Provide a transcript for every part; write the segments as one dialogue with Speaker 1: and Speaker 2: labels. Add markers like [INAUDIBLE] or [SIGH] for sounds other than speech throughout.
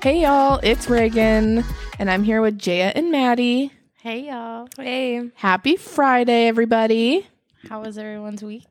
Speaker 1: Hey y'all, it's Reagan, and I'm here with Jaya and Maddie.
Speaker 2: Hey y'all. Hey.
Speaker 1: Happy Friday, everybody.
Speaker 2: How was everyone's week?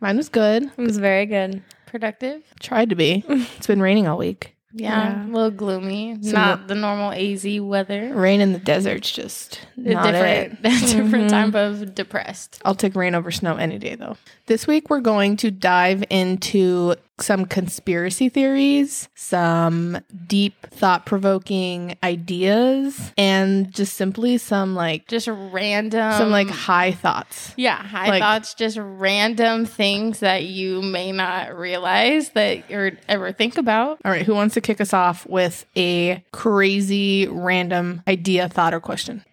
Speaker 1: Mine was good.
Speaker 3: It was very good.
Speaker 2: Productive?
Speaker 1: Tried to be. It's been raining all week.
Speaker 2: Yeah. A
Speaker 3: Yeah.
Speaker 2: little gloomy.
Speaker 1: So
Speaker 2: not the normal AZ weather.
Speaker 1: Rain in the desert's just
Speaker 2: [LAUGHS] A
Speaker 1: not it. Mm-hmm.
Speaker 2: different different type of depressed.
Speaker 1: I'll take rain over snow any day though. This week we're going to dive into some conspiracy theories, some deep thought-provoking ideas, and just simply some like
Speaker 2: Just random
Speaker 1: some like high thoughts.
Speaker 2: yeah, high
Speaker 1: like-
Speaker 2: thoughts, just random things that you may not realize that or ever think about.
Speaker 1: All right, who wants to kick us off with a crazy random idea, thought, or question?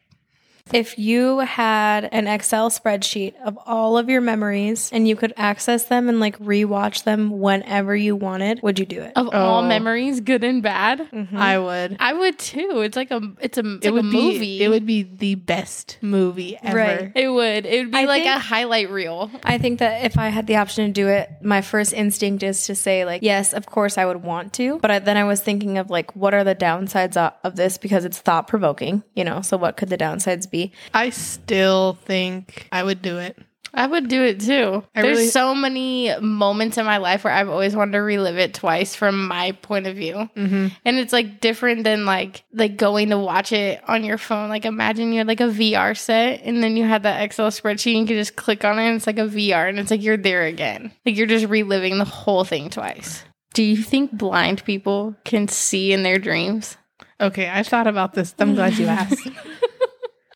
Speaker 3: If you had an Excel spreadsheet of all of your memories and you could access them and like rewatch them whenever you wanted, would you do it? Mm-hmm.
Speaker 2: Of all
Speaker 1: Oh.
Speaker 2: memories, good and bad.
Speaker 1: I would.
Speaker 2: Mm-hmm. I would too. It's like a it's a it's like a
Speaker 1: would be,
Speaker 2: movie.
Speaker 1: It would be the best movie ever.
Speaker 3: Right.
Speaker 2: it would it would be
Speaker 3: I
Speaker 2: like
Speaker 3: think-
Speaker 2: a highlight reel.
Speaker 3: I think that if I had the option to do it, my first instinct is to say like, yes, of course I would want to, but I, then I was thinking of like, what are the downsides o- of this because it's thought provoking, you know? So what could the downsides be?
Speaker 1: I still think I would do it.
Speaker 2: I would do it too.
Speaker 1: I
Speaker 2: There's
Speaker 1: really-
Speaker 2: so many moments in my life where I've always wanted to relive it twice from my point of view, and it's like different than like like going to watch it on your phone. Like imagine you had like a VR set, and then you had that Excel spreadsheet, and you could just click on it, and it's like a VR, and it's like you're there again. Like you're just reliving the whole thing twice. Do you think blind people can see in their dreams?
Speaker 1: Okay, I thought about this. I'm glad you asked.
Speaker 2: [LAUGHS]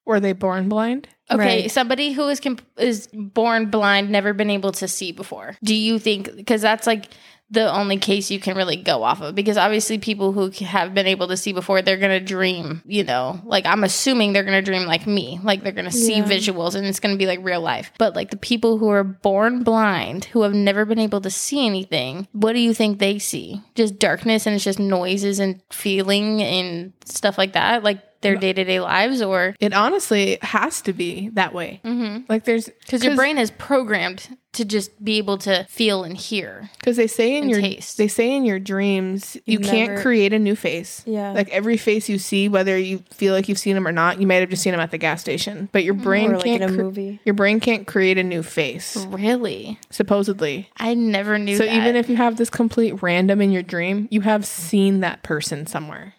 Speaker 1: Were they born blind?
Speaker 2: Okay,
Speaker 3: Right.
Speaker 2: somebody who is comp- is born blind, never been able to see before. Do you think because that's like the only case you can really go off of? Because obviously, people who c- have been able to see before, they're gonna dream. You know, like I'm assuming they're gonna dream like me, like they're gonna see
Speaker 3: Yeah.
Speaker 2: visuals, and it's gonna be like real life. But like the people who are born blind, who have never been able to see anything, what do you think they see? Just darkness, and it's just noises and feeling and stuff like that, like their day to day lives, or
Speaker 1: It honestly has to be that way. Like there's
Speaker 2: Mm-hmm. because your brain is programmed to just be able to feel and hear.
Speaker 1: because they say in
Speaker 2: and
Speaker 1: your
Speaker 2: taste.
Speaker 1: they say in your dreams you can't
Speaker 3: Never-
Speaker 1: create a new face.
Speaker 3: Yeah.
Speaker 1: like every face you see, whether you feel like you've seen them or not, you might have just seen them at the gas station. But your brain
Speaker 3: Or like
Speaker 1: can't
Speaker 3: in a
Speaker 1: cre-
Speaker 3: movie.
Speaker 1: Your brain can't create a new face,
Speaker 2: Really,
Speaker 1: supposedly.
Speaker 2: I never knew.
Speaker 1: So
Speaker 2: Mm. that.
Speaker 1: even if you have this complete random in your dream, you have seen that person somewhere.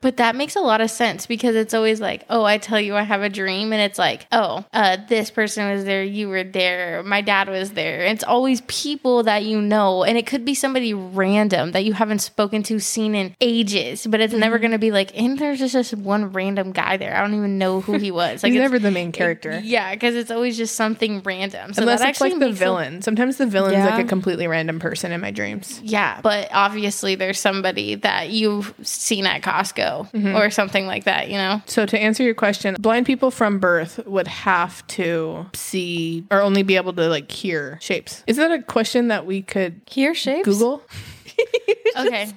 Speaker 2: but that makes a lot of sense because it's always like, oh, I tell you, I have a dream, and it's like, oh, uh, this person was there, you were there, my dad was there. It's always people that you know, and it could be somebody random that you haven't spoken to, seen in ages, but it's
Speaker 1: Mm-hmm.
Speaker 2: never going to be like, and there's just this one random guy there. I don't even know who he was.
Speaker 1: [LAUGHS]
Speaker 2: Like
Speaker 1: He's
Speaker 2: it's-
Speaker 1: never the main character.
Speaker 2: Yeah, because it's always just something random. So
Speaker 1: Unless
Speaker 2: that
Speaker 1: it's like
Speaker 2: actually
Speaker 1: the
Speaker 2: makes a-
Speaker 1: villain. Sometimes the villain's
Speaker 3: Yeah.
Speaker 1: like a completely random person in my dreams.
Speaker 2: Yeah, but obviously there's somebody that you've seen at Costco or something like that, you [LAUGHS] know?
Speaker 1: So to answer your question, blind people from birth would have to see or only be able to like hear shapes. Is that a question that we could
Speaker 3: Here shapes. [LAUGHS]
Speaker 1: Google?
Speaker 2: Okay.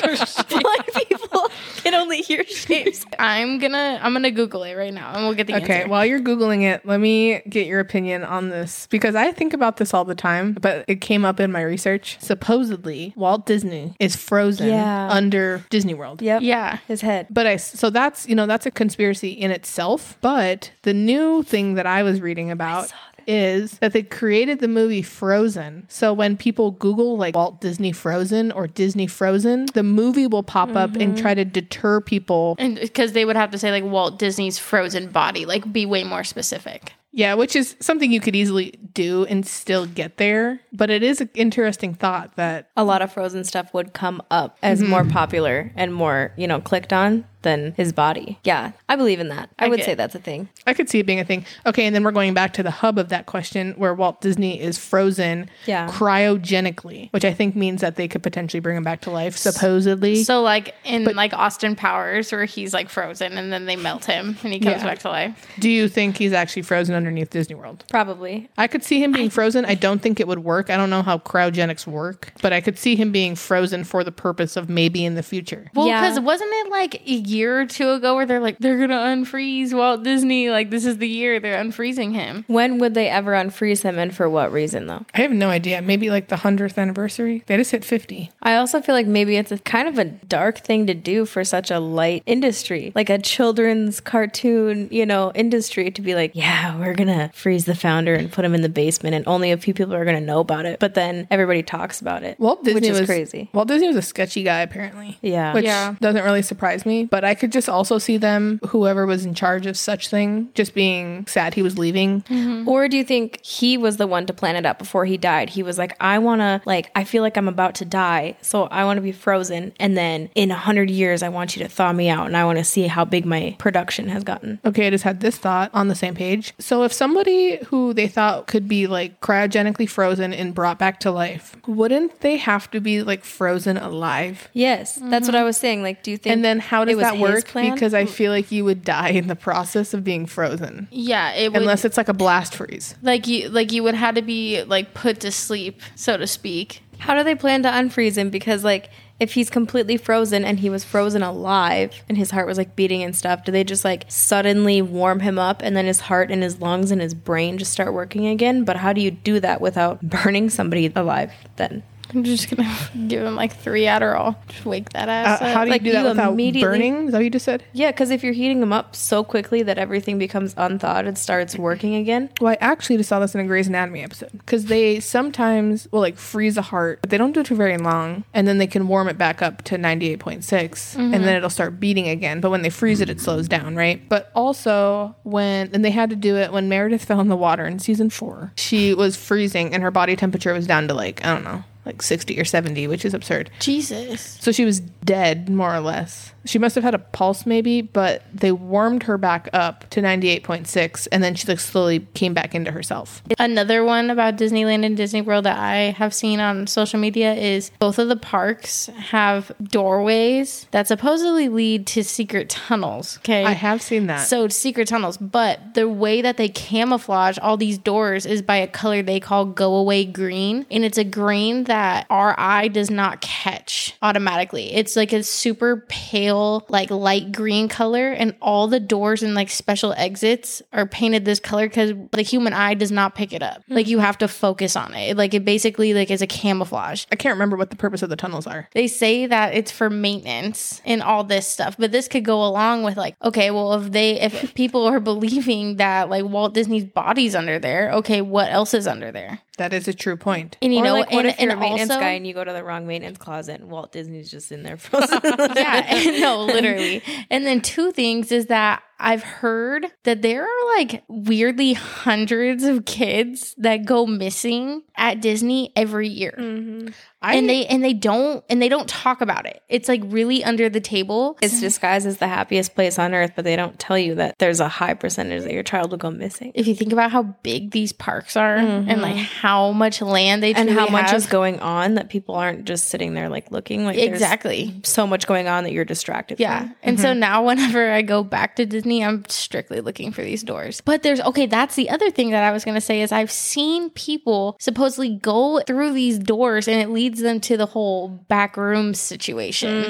Speaker 3: Blind people can only hear shapes.
Speaker 2: I'm gonna I'm gonna Google it right now and we'll get the
Speaker 1: Okay,
Speaker 2: answer.
Speaker 1: while you're Googling it, let me get your opinion on this because I think about this all the time, but it came up in my research. Supposedly, Walt Disney is frozen
Speaker 3: Yeah.
Speaker 1: under Disney World.
Speaker 3: Yep.
Speaker 2: [LAUGHS] Yeah.
Speaker 3: His head.
Speaker 1: But I, so that's, you know, that's a conspiracy in itself. But the new thing that I was reading about is that they created the movie Frozen. So when people Google like Walt Disney Frozen or Disney Frozen, the movie will pop up and try to deter people.
Speaker 2: And because they would have to say like Walt Disney's frozen body, like be way more specific.
Speaker 1: Yeah, which is something you could easily do and still get there. But it is an interesting thought that
Speaker 3: a lot of frozen stuff would come up as
Speaker 1: Mm-hmm.
Speaker 3: more popular and more, you know, clicked on than his body. Yeah, I believe in that. I, would
Speaker 2: get-
Speaker 3: say that's a thing.
Speaker 1: I could see it being a thing. Okay, and then we're going back to the hub of that question where Walt Disney is frozen
Speaker 3: Yeah.
Speaker 1: cryogenically, which I think means that they could potentially bring him back to life, supposedly.
Speaker 2: So like in like Austin Powers where he's like frozen and then they melt him and he comes
Speaker 1: Yeah.
Speaker 2: back to life.
Speaker 1: Do you think he's actually frozen underneath Disney World?
Speaker 3: Probably.
Speaker 1: I could see him being frozen. I don't think it would work. I don't know how cryogenics work, but I could see him being frozen for the purpose of maybe in the future.
Speaker 2: Well,
Speaker 3: Yeah.
Speaker 2: because wasn't it like year or two ago where they're like, they're going to unfreeze Walt Disney. Like, this is the year they're unfreezing him.
Speaker 3: When would they ever unfreeze him and for what reason though?
Speaker 1: I have no idea. Maybe like the 100th anniversary. They just hit 50.
Speaker 3: I also feel like maybe it's a kind of a dark thing to do for such a light industry, like a children's cartoon, you know, industry to be like, yeah, we're gonna freeze the founder and put him in the basement, and only a few people are gonna know about it. But then everybody talks about it,
Speaker 1: Walt Disney
Speaker 3: which is
Speaker 1: was
Speaker 3: crazy.
Speaker 1: Walt Disney was a sketchy guy apparently.
Speaker 3: Yeah.
Speaker 1: Which
Speaker 2: Yeah.
Speaker 1: doesn't really surprise me, but I could just also see them whoever was in charge of such thing just being sad he was leaving.
Speaker 3: Or do you think he was the one to plan it up before he died? He was like, I want to, like, I feel like I'm about to die, so I want to be frozen, and then in a hundred years, I want you to thaw me out, and I want to see how big my production has gotten.
Speaker 1: Okay, I just had this thought on the same page. So, if somebody who they thought could be like cryogenically frozen and brought back to life, wouldn't they have to be like frozen alive?
Speaker 3: Yes, that's what I was saying. Like, do you think?
Speaker 1: And then how
Speaker 3: it
Speaker 1: does
Speaker 3: was
Speaker 1: that
Speaker 3: his
Speaker 1: work?
Speaker 3: plan?
Speaker 1: Because I feel like you would die in the process of being frozen,
Speaker 2: Yeah. It would,
Speaker 1: unless it's like a blast freeze.
Speaker 2: like, you, like, you would have to be, like, put to sleep, so to speak.
Speaker 3: How do they plan to unfreeze him? Because like if he's completely frozen and he was frozen alive and his heart was like beating and stuff, do they just like suddenly warm him up and then his heart and his lungs and his brain just start working again? But how do you do that without [LAUGHS] burning somebody alive then?
Speaker 2: I'm just going to [LAUGHS] give him, like, three Adderall. Just wake that
Speaker 1: Uh,
Speaker 2: ass up.
Speaker 1: how do you
Speaker 3: like,
Speaker 1: do that
Speaker 3: you
Speaker 1: without
Speaker 3: immediately-
Speaker 1: burning? Is that what you just said?
Speaker 3: Yeah, because if you're heating him up so quickly that everything becomes unthawed and starts working again,
Speaker 1: Well, I actually just saw this in a Grey's Anatomy episode because they sometimes will like freeze a heart, but they don't do it for very long, and then they can warm it back up to 98.6, and then it'll start beating again. But when they freeze it, it slows down, right? But also when and they had to do it when Meredith fell in the water in season four, she was freezing and her body temperature was down to like I don't know, like sixty or seventy, which is absurd.
Speaker 2: Jesus.
Speaker 1: So she was dead, more or less. She must have had a pulse, maybe, but they warmed her back up to 98.6, and then she like slowly came back into herself.
Speaker 2: Another one about Disneyland and Disney World that I have seen on social media is both of the parks have doorways that supposedly lead to secret tunnels. Okay.
Speaker 1: I have seen that.
Speaker 2: So secret tunnels, but the way that they camouflage all these doors is by a color they call go away green, and it's a green that our eye does not catch automatically. It's like a super pale, like light green color, and all the doors and like special exits are painted this color because the human eye does not pick it up. Like you have to focus on it. Like it basically like is a camouflage
Speaker 1: I can't remember what the purpose of the tunnels are.
Speaker 2: they say that it's for maintenance and all this stuff but this could go along with like okay well if they
Speaker 3: [LAUGHS]
Speaker 2: if people are believing that like walt disney's body's under there okay what else is under there
Speaker 1: That is a true point.
Speaker 2: and you
Speaker 3: or
Speaker 2: know
Speaker 3: like what
Speaker 2: and,
Speaker 3: if you're
Speaker 2: and
Speaker 3: a maintenance
Speaker 2: also,
Speaker 3: guy and you go to the wrong maintenance closet and Walt Disney's just in
Speaker 2: [LAUGHS]
Speaker 3: there frozen?
Speaker 2: yeah
Speaker 3: [LAUGHS]
Speaker 2: [LAUGHS] no literally and then two things is that i've heard that there are like weirdly hundreds of kids that go missing at disney every year
Speaker 3: Mm. Mm-hmm.
Speaker 1: I
Speaker 2: and they and they don't and they don't talk about it it's like really under the table
Speaker 3: It's disguised as the happiest place on earth, but they don't tell you that there's a high percentage that your child will go missing.
Speaker 2: if you think about how big these parks are and like how much land they
Speaker 3: Mm-hmm. And
Speaker 2: truly
Speaker 3: how much
Speaker 2: have,
Speaker 3: is going on that people aren't just sitting there like looking like there's
Speaker 2: exactly
Speaker 3: so much going on that you're distracted.
Speaker 2: yeah
Speaker 3: from.
Speaker 2: and so now [LAUGHS] whenever i go back to disney i'm strictly looking for these doors but there's okay that's the other thing that i was going to say is i've seen people supposedly go through these doors and it leads them to the whole back room situation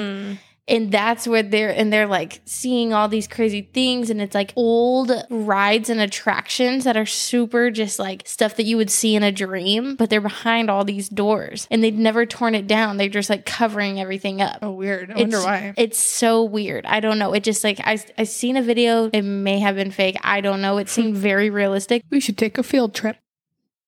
Speaker 2: and that's where they're and they're like seeing all these crazy things and it's like old rides and attractions that are super just like stuff that you would see in a dream but they're behind all these doors and they've never torn it down they're just like covering everything up
Speaker 1: oh weird. I wonder
Speaker 2: it's,
Speaker 1: why.
Speaker 2: It's so weird. I don't know. It just like I I seen a video. It may have been fake. I don't know. It seemed very realistic.
Speaker 1: we should take a field trip.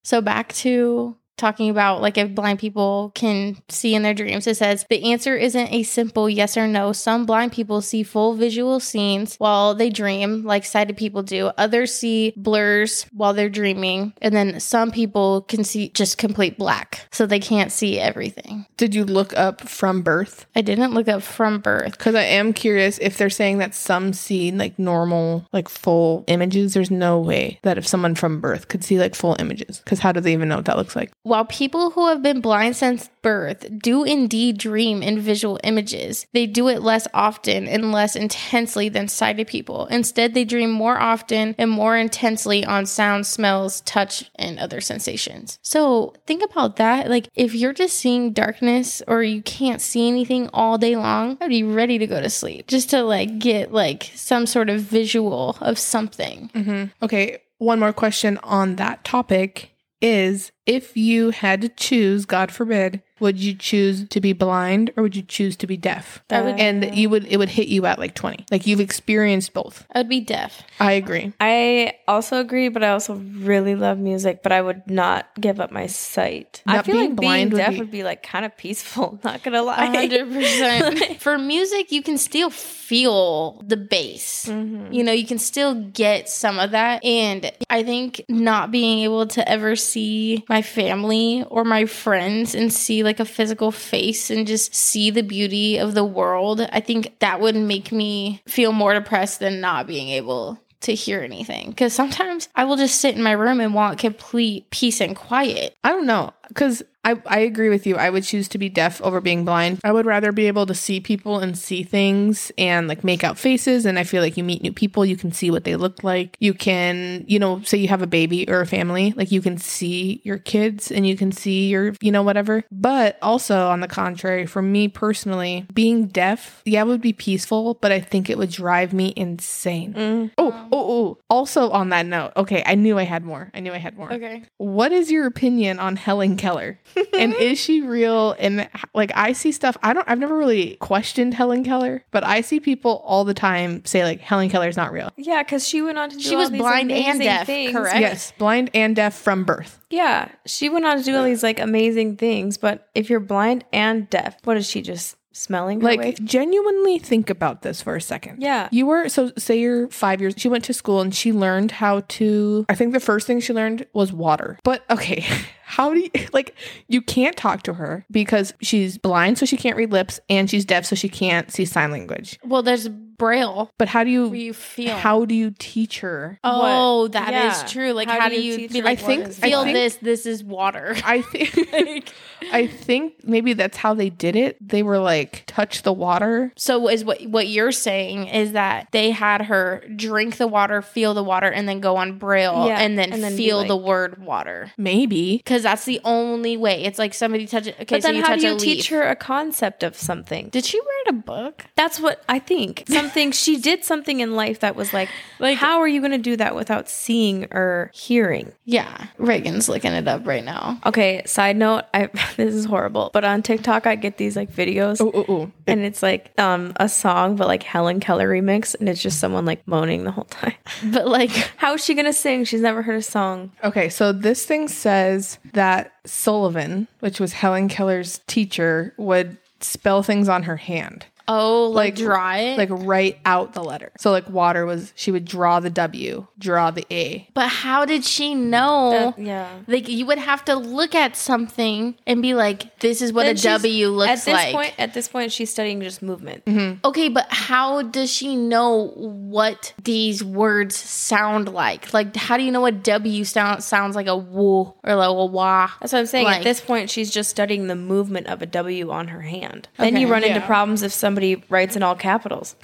Speaker 2: So back to talking about like if blind people can see in their dreams. It says the answer isn't a simple yes or no. Some blind people see full visual scenes while they dream, like sighted people do. Others see blurs while they're dreaming, and then some people can see just complete black, so they can't see everything.
Speaker 1: Did you look up from birth?
Speaker 2: I didn't look up from birth.
Speaker 1: Because I am curious if they're saying that some see like normal, like full images. There's no way that if someone from birth could see like full images, because how do they even know what that looks like?
Speaker 2: While people who have been blind since birth do indeed dream in visual images, they do it less often and less intensely than sighted people. Instead, they dream more often and more intensely on sounds, smells, touch, and other sensations. So think about that. Like, if you're just seeing darkness or you can't see anything all day long, I'd be ready to go to sleep just to like get like some sort of visual of something.
Speaker 1: Mm-hmm. Okay, one more question on that topic is if you had to choose, God forbid, would you choose to be blind or would you choose to be deaf?
Speaker 3: I would-
Speaker 1: and you would it would hit you at like 20. Like you've experienced both.
Speaker 2: I'd be deaf.
Speaker 1: I agree.
Speaker 3: I also agree, but I also really love music. But I would not give up my sight. I
Speaker 1: Not
Speaker 3: feel
Speaker 1: being
Speaker 3: like
Speaker 1: blind would
Speaker 3: being deaf
Speaker 1: be-
Speaker 3: would be like kind of peaceful. [LAUGHS] Not gonna lie.
Speaker 2: hundred percent. For music, you can still feel the bass.
Speaker 3: Mm-hmm.
Speaker 2: You know, you can still get some of that. And I think not being able to ever see my family or my friends and see like a physical face and just see the beauty of the world, I think that would make me feel more depressed than not being able to hear anything. Because sometimes I will just sit in my room and want complete peace and quiet.
Speaker 1: I don't know because I, I agree with you. I would choose to be deaf over being blind. I would rather be able to see people and see things and like make out faces. And I feel like you meet new people, you can see what they look like. You can, you know, say you have a baby or a family, like you can see your kids and you can see your, you know, whatever. But also, on the contrary, for me personally, being deaf, yeah, it would be peaceful, but I think it would drive me insane. Oh, oh, oh. Also, on that note, okay, I knew I had more. I knew I had more.
Speaker 2: Okay.
Speaker 1: What is your opinion on Helen
Speaker 3: [LAUGHS]
Speaker 1: Keller? and is she real? And like, I see stuff. I don't. I've never really questioned Helen Keller, but I see people all the time say like Helen Keller's not real.
Speaker 3: Yeah, because she went on to do
Speaker 2: She
Speaker 3: all
Speaker 2: was
Speaker 3: these
Speaker 2: blind and
Speaker 3: amazing
Speaker 2: deaf,
Speaker 3: things.
Speaker 2: correct? Right.
Speaker 1: Yes, blind and deaf from birth.
Speaker 3: Yeah, she went on to do all these like amazing things. But if you're blind and deaf, what is she just smelling? Her
Speaker 1: Like,
Speaker 3: way?
Speaker 1: genuinely think about this for a second.
Speaker 3: Yeah.
Speaker 1: You were so say you're five years. She went to school and she learned how to. I think the first thing she learned was water. But okay, [LAUGHS] how do you like? You can't talk to her because she's blind, so she can't read lips, and she's deaf, so she can't see sign language.
Speaker 2: Well, there's braille
Speaker 1: But how do you,
Speaker 2: where you feel.
Speaker 1: how do you teach her?
Speaker 2: Oh, that is
Speaker 3: Yeah.
Speaker 2: true. Like, how, do you,
Speaker 3: teach
Speaker 2: be
Speaker 3: her
Speaker 2: like,
Speaker 1: I think-
Speaker 3: what is
Speaker 1: I
Speaker 2: feel
Speaker 3: blind?
Speaker 1: think-
Speaker 2: this? This is water.
Speaker 1: [LAUGHS]
Speaker 2: [LAUGHS]
Speaker 1: I think I think maybe that's how they did it. They were like touch the water.
Speaker 2: So is what what you're saying is that they had her drink the water, feel the water, and then go on braille,
Speaker 3: Yeah,
Speaker 2: and, then
Speaker 3: and then be
Speaker 2: feel the
Speaker 3: like-
Speaker 2: word water,
Speaker 1: Maybe.
Speaker 2: because that's the only way. It's like somebody touch it. Okay,
Speaker 3: But
Speaker 2: so
Speaker 3: then
Speaker 2: you
Speaker 3: how
Speaker 2: touch
Speaker 3: do
Speaker 2: a
Speaker 3: you
Speaker 2: leaf.
Speaker 3: teach her a concept of something?
Speaker 2: Did she write a book?
Speaker 3: That's what I think.
Speaker 2: [LAUGHS]
Speaker 3: Something she did something in life that was like,
Speaker 2: Like-
Speaker 3: how are you going to do that without seeing or hearing?
Speaker 2: Yeah, Reagan's looking it up right now.
Speaker 3: Okay, side note, I [LAUGHS] this is horrible, but on TikTok I get these like videos
Speaker 1: Oh, oh, oh.
Speaker 3: and it's like um a song but like Helen Keller remix and it's just someone like moaning the whole [LAUGHS] time.
Speaker 2: But like,
Speaker 3: How is she going to sing? She's never heard a song.
Speaker 1: Okay, so this thing says that Sullivan, which was Helen Keller's teacher, would spell things on her hand,
Speaker 2: [LAUGHS] oh, like,
Speaker 1: Like-
Speaker 2: dry it.
Speaker 1: like write out the letter. So like water was she would draw the W, draw the A.
Speaker 2: but how did she know?
Speaker 3: That- yeah.
Speaker 2: Like you would have to look at something and be like, "This is what
Speaker 3: Then
Speaker 2: a
Speaker 3: she's-
Speaker 2: W looks
Speaker 3: at this
Speaker 2: like." Mm-hmm.
Speaker 3: point at this point she's studying just movement.
Speaker 2: Okay, but how does she know what these words sound like? Like, how do you know what W sound sounds like a woo or like a wah?
Speaker 3: That's what I'm saying.
Speaker 2: Like-
Speaker 3: At this point, she's just studying the movement of a W on her hand. Then you
Speaker 2: Okay.
Speaker 3: run into
Speaker 1: Yeah.
Speaker 3: problems if somebody writes in all capitals.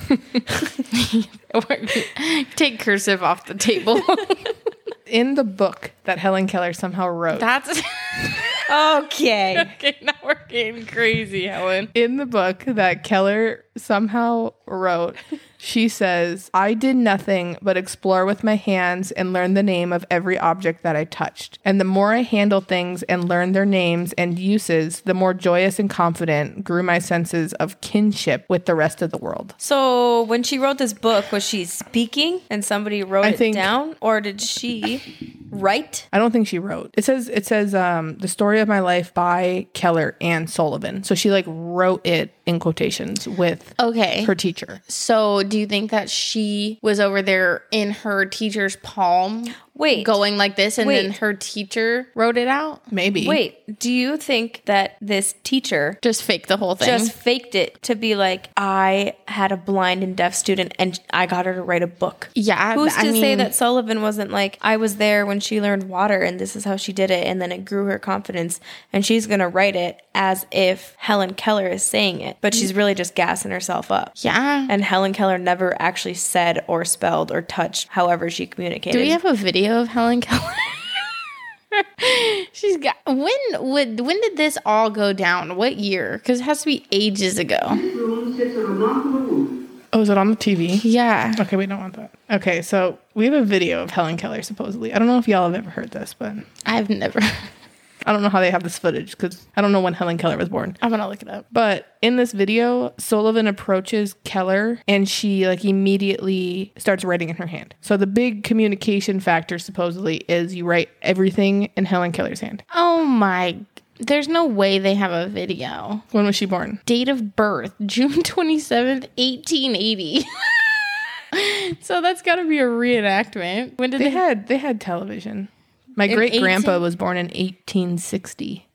Speaker 2: [LAUGHS] Take cursive off the
Speaker 3: [LAUGHS]
Speaker 2: table.
Speaker 1: In the book that Helen Keller somehow wrote.
Speaker 3: [LAUGHS]
Speaker 2: That's
Speaker 3: okay.
Speaker 2: okay. Now we're getting crazy, Helen.
Speaker 1: in the book that Keller somehow wrote, she says, I did nothing but explore with my hands and learn the name of every object that I touched. And the more I handled things and learned their names and uses, the more joyous and confident grew my senses of kinship with the rest of the world.
Speaker 3: So when she wrote this book, was she speaking and somebody wrote
Speaker 1: I
Speaker 3: it
Speaker 1: think-
Speaker 3: down, or did she write?
Speaker 1: I don't think she wrote. It says it says um the story of my life by Keller and Sullivan. So she like wrote it in quotations with
Speaker 2: Okay.
Speaker 1: her teacher.
Speaker 2: So, do you think that she was over there in her teacher's palm
Speaker 3: Wait.
Speaker 2: going like this, and then
Speaker 3: Wait.
Speaker 2: her teacher wrote it out.
Speaker 1: Maybe.
Speaker 3: Wait, do you think that this teacher
Speaker 2: Just fake the whole thing.
Speaker 3: just faked it to be like, I had a blind and deaf student and I got her to write a book?
Speaker 2: yeah.
Speaker 3: Who's
Speaker 2: I
Speaker 3: to say
Speaker 2: mean,
Speaker 3: that Sullivan wasn't like, I was there when she learned water and this is how she did it, and then it grew her confidence, and she's gonna write it as if Helen Keller is saying it, but she's really just gassing herself up.
Speaker 2: Yeah.
Speaker 3: And Helen Keller never actually said or spelled or touched however she communicated.
Speaker 2: Do we have a video of Helen Keller? [LAUGHS] She's got. When would when did this all go down? What year? Because it has to be ages ago.
Speaker 1: Oh, is it on the TV?
Speaker 2: Yeah.
Speaker 1: Okay, we don't want that. Okay, so we have a video of Helen Keller supposedly. I don't know if y'all have ever heard this, but
Speaker 2: I've never. [LAUGHS]
Speaker 1: I don't know how they have this footage because I don't know when Helen Keller was born.
Speaker 2: I'm gonna look it up.
Speaker 1: But in this video, Sullivan approaches Keller and she like immediately starts writing in her hand. So the big communication factor supposedly is you write everything in Helen Keller's hand.
Speaker 2: Oh my. There's no way they have a video.
Speaker 1: When was she born?
Speaker 2: Date of birth, [LAUGHS] June 27th, 1880. [LAUGHS] so that's got to be a reenactment. When did
Speaker 1: They
Speaker 2: they?
Speaker 1: had they had television. My great grandpa was born in 1860.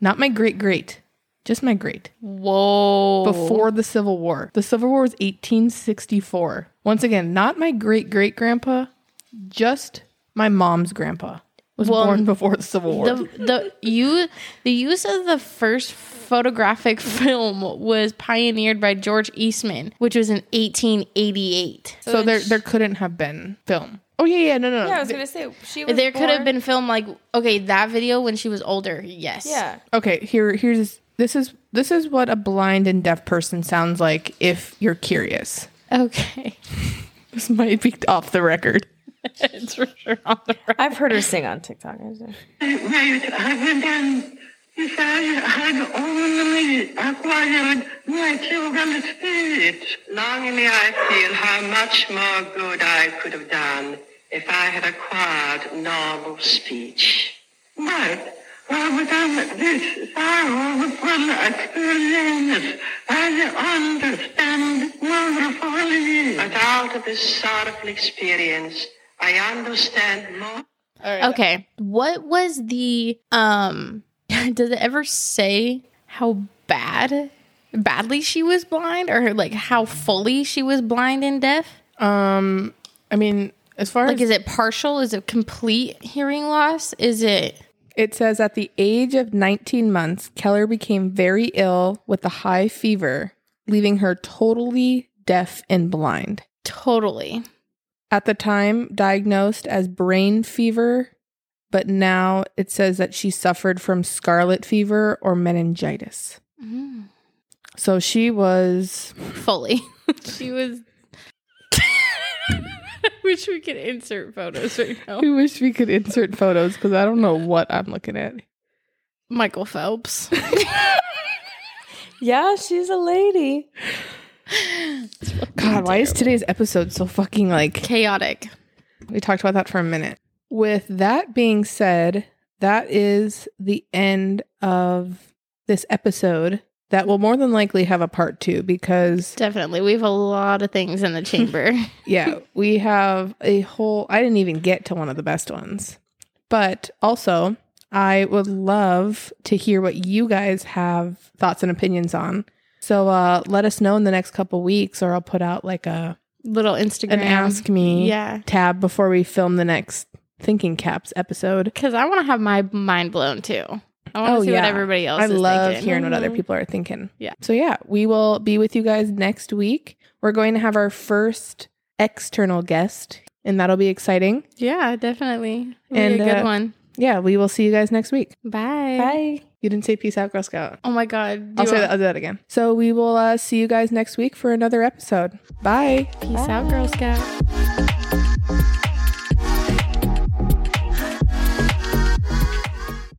Speaker 1: Not my great great, just my great.
Speaker 2: Whoa.
Speaker 1: Before the Civil War. The Civil War was 1864. Once again, not my great great grandpa, just my mom's grandpa was
Speaker 2: Well,
Speaker 1: born [LAUGHS] before the Civil
Speaker 3: [LAUGHS]
Speaker 1: War.
Speaker 2: the the you the use of the first photographic [LAUGHS] film was pioneered by George Eastman, which was in 1888.
Speaker 1: so there there couldn't have been film. Oh yeah, yeah, no, no, no.
Speaker 3: Yeah, I was gonna say she was.
Speaker 2: There could have
Speaker 3: born-
Speaker 2: been film like okay, that video when she was older. Yes.
Speaker 3: Yeah.
Speaker 1: okay, here here's this is this is what a blind and deaf person sounds like if you're curious. [LAUGHS]
Speaker 2: Okay.
Speaker 1: This might be off the record.
Speaker 2: it's for sure on the right.
Speaker 3: I've heard her sing on TikTok. I was-
Speaker 4: Longingly I feel how much more good I could have done if I had acquired normal speech. But rather than this sorrow upon experience, I understand wonderfully. But out of this sorrowful experience, I understand more.
Speaker 2: Okay. What was the um [LAUGHS] does it ever say how bad badly she was blind or like how fully she was blind and deaf?
Speaker 1: Um, I mean, as far
Speaker 2: Like
Speaker 1: as
Speaker 2: is it partial? Is it complete hearing loss? Is it
Speaker 1: it says, at the age of 19 months, Keller became very ill with a high fever, leaving her totally deaf and blind.
Speaker 2: totally?
Speaker 1: At the time, diagnosed as brain fever, but now it says that she suffered from scarlet fever or meningitis. So she was [LAUGHS]
Speaker 2: fully. she was. I wish we could insert photos right now.
Speaker 1: I wish we could insert photos because I don't know what I'm looking at.
Speaker 2: Michael Phelps. [LAUGHS]
Speaker 3: Yeah, she's a lady.
Speaker 1: God, why is today's episode so fucking like
Speaker 2: Chaotic.
Speaker 1: We talked about that for a minute. With that being said, that is the end of this episode that will more than likely have a part two because,
Speaker 2: Definitely. We have a lot of things in the chamber.
Speaker 1: yeah, we have a whole. I didn't even get to one of the best ones. But also, I would love to hear what you guys have thoughts and opinions on. So uh, let us know in the next couple weeks, or I'll put out like a
Speaker 2: Little Instagram.
Speaker 1: an ask me
Speaker 2: Yeah.
Speaker 1: tab before we film the next Thinking Caps episode.
Speaker 2: Because I want to have my mind blown too. I want to
Speaker 1: Oh,
Speaker 2: see
Speaker 1: yeah.
Speaker 2: what everybody else
Speaker 1: I
Speaker 2: is
Speaker 1: love
Speaker 2: thinking.
Speaker 1: hearing what other people are thinking.
Speaker 2: Yeah.
Speaker 1: So yeah, we will be with you guys next week. We're going to have our first external guest, and that'll be exciting.
Speaker 2: Yeah, definitely.
Speaker 1: And,
Speaker 2: And a good
Speaker 1: uh,
Speaker 2: one.
Speaker 1: Yeah, we will see you guys next week.
Speaker 2: Bye.
Speaker 3: Bye.
Speaker 1: You didn't say peace out, Girl Scout.
Speaker 2: Oh my God. Do
Speaker 1: I'll
Speaker 2: you
Speaker 1: say
Speaker 2: want-
Speaker 1: that. I'll do that again. So we will uh, see you guys next week for another episode. Bye.
Speaker 2: Peace out, Girl Scout.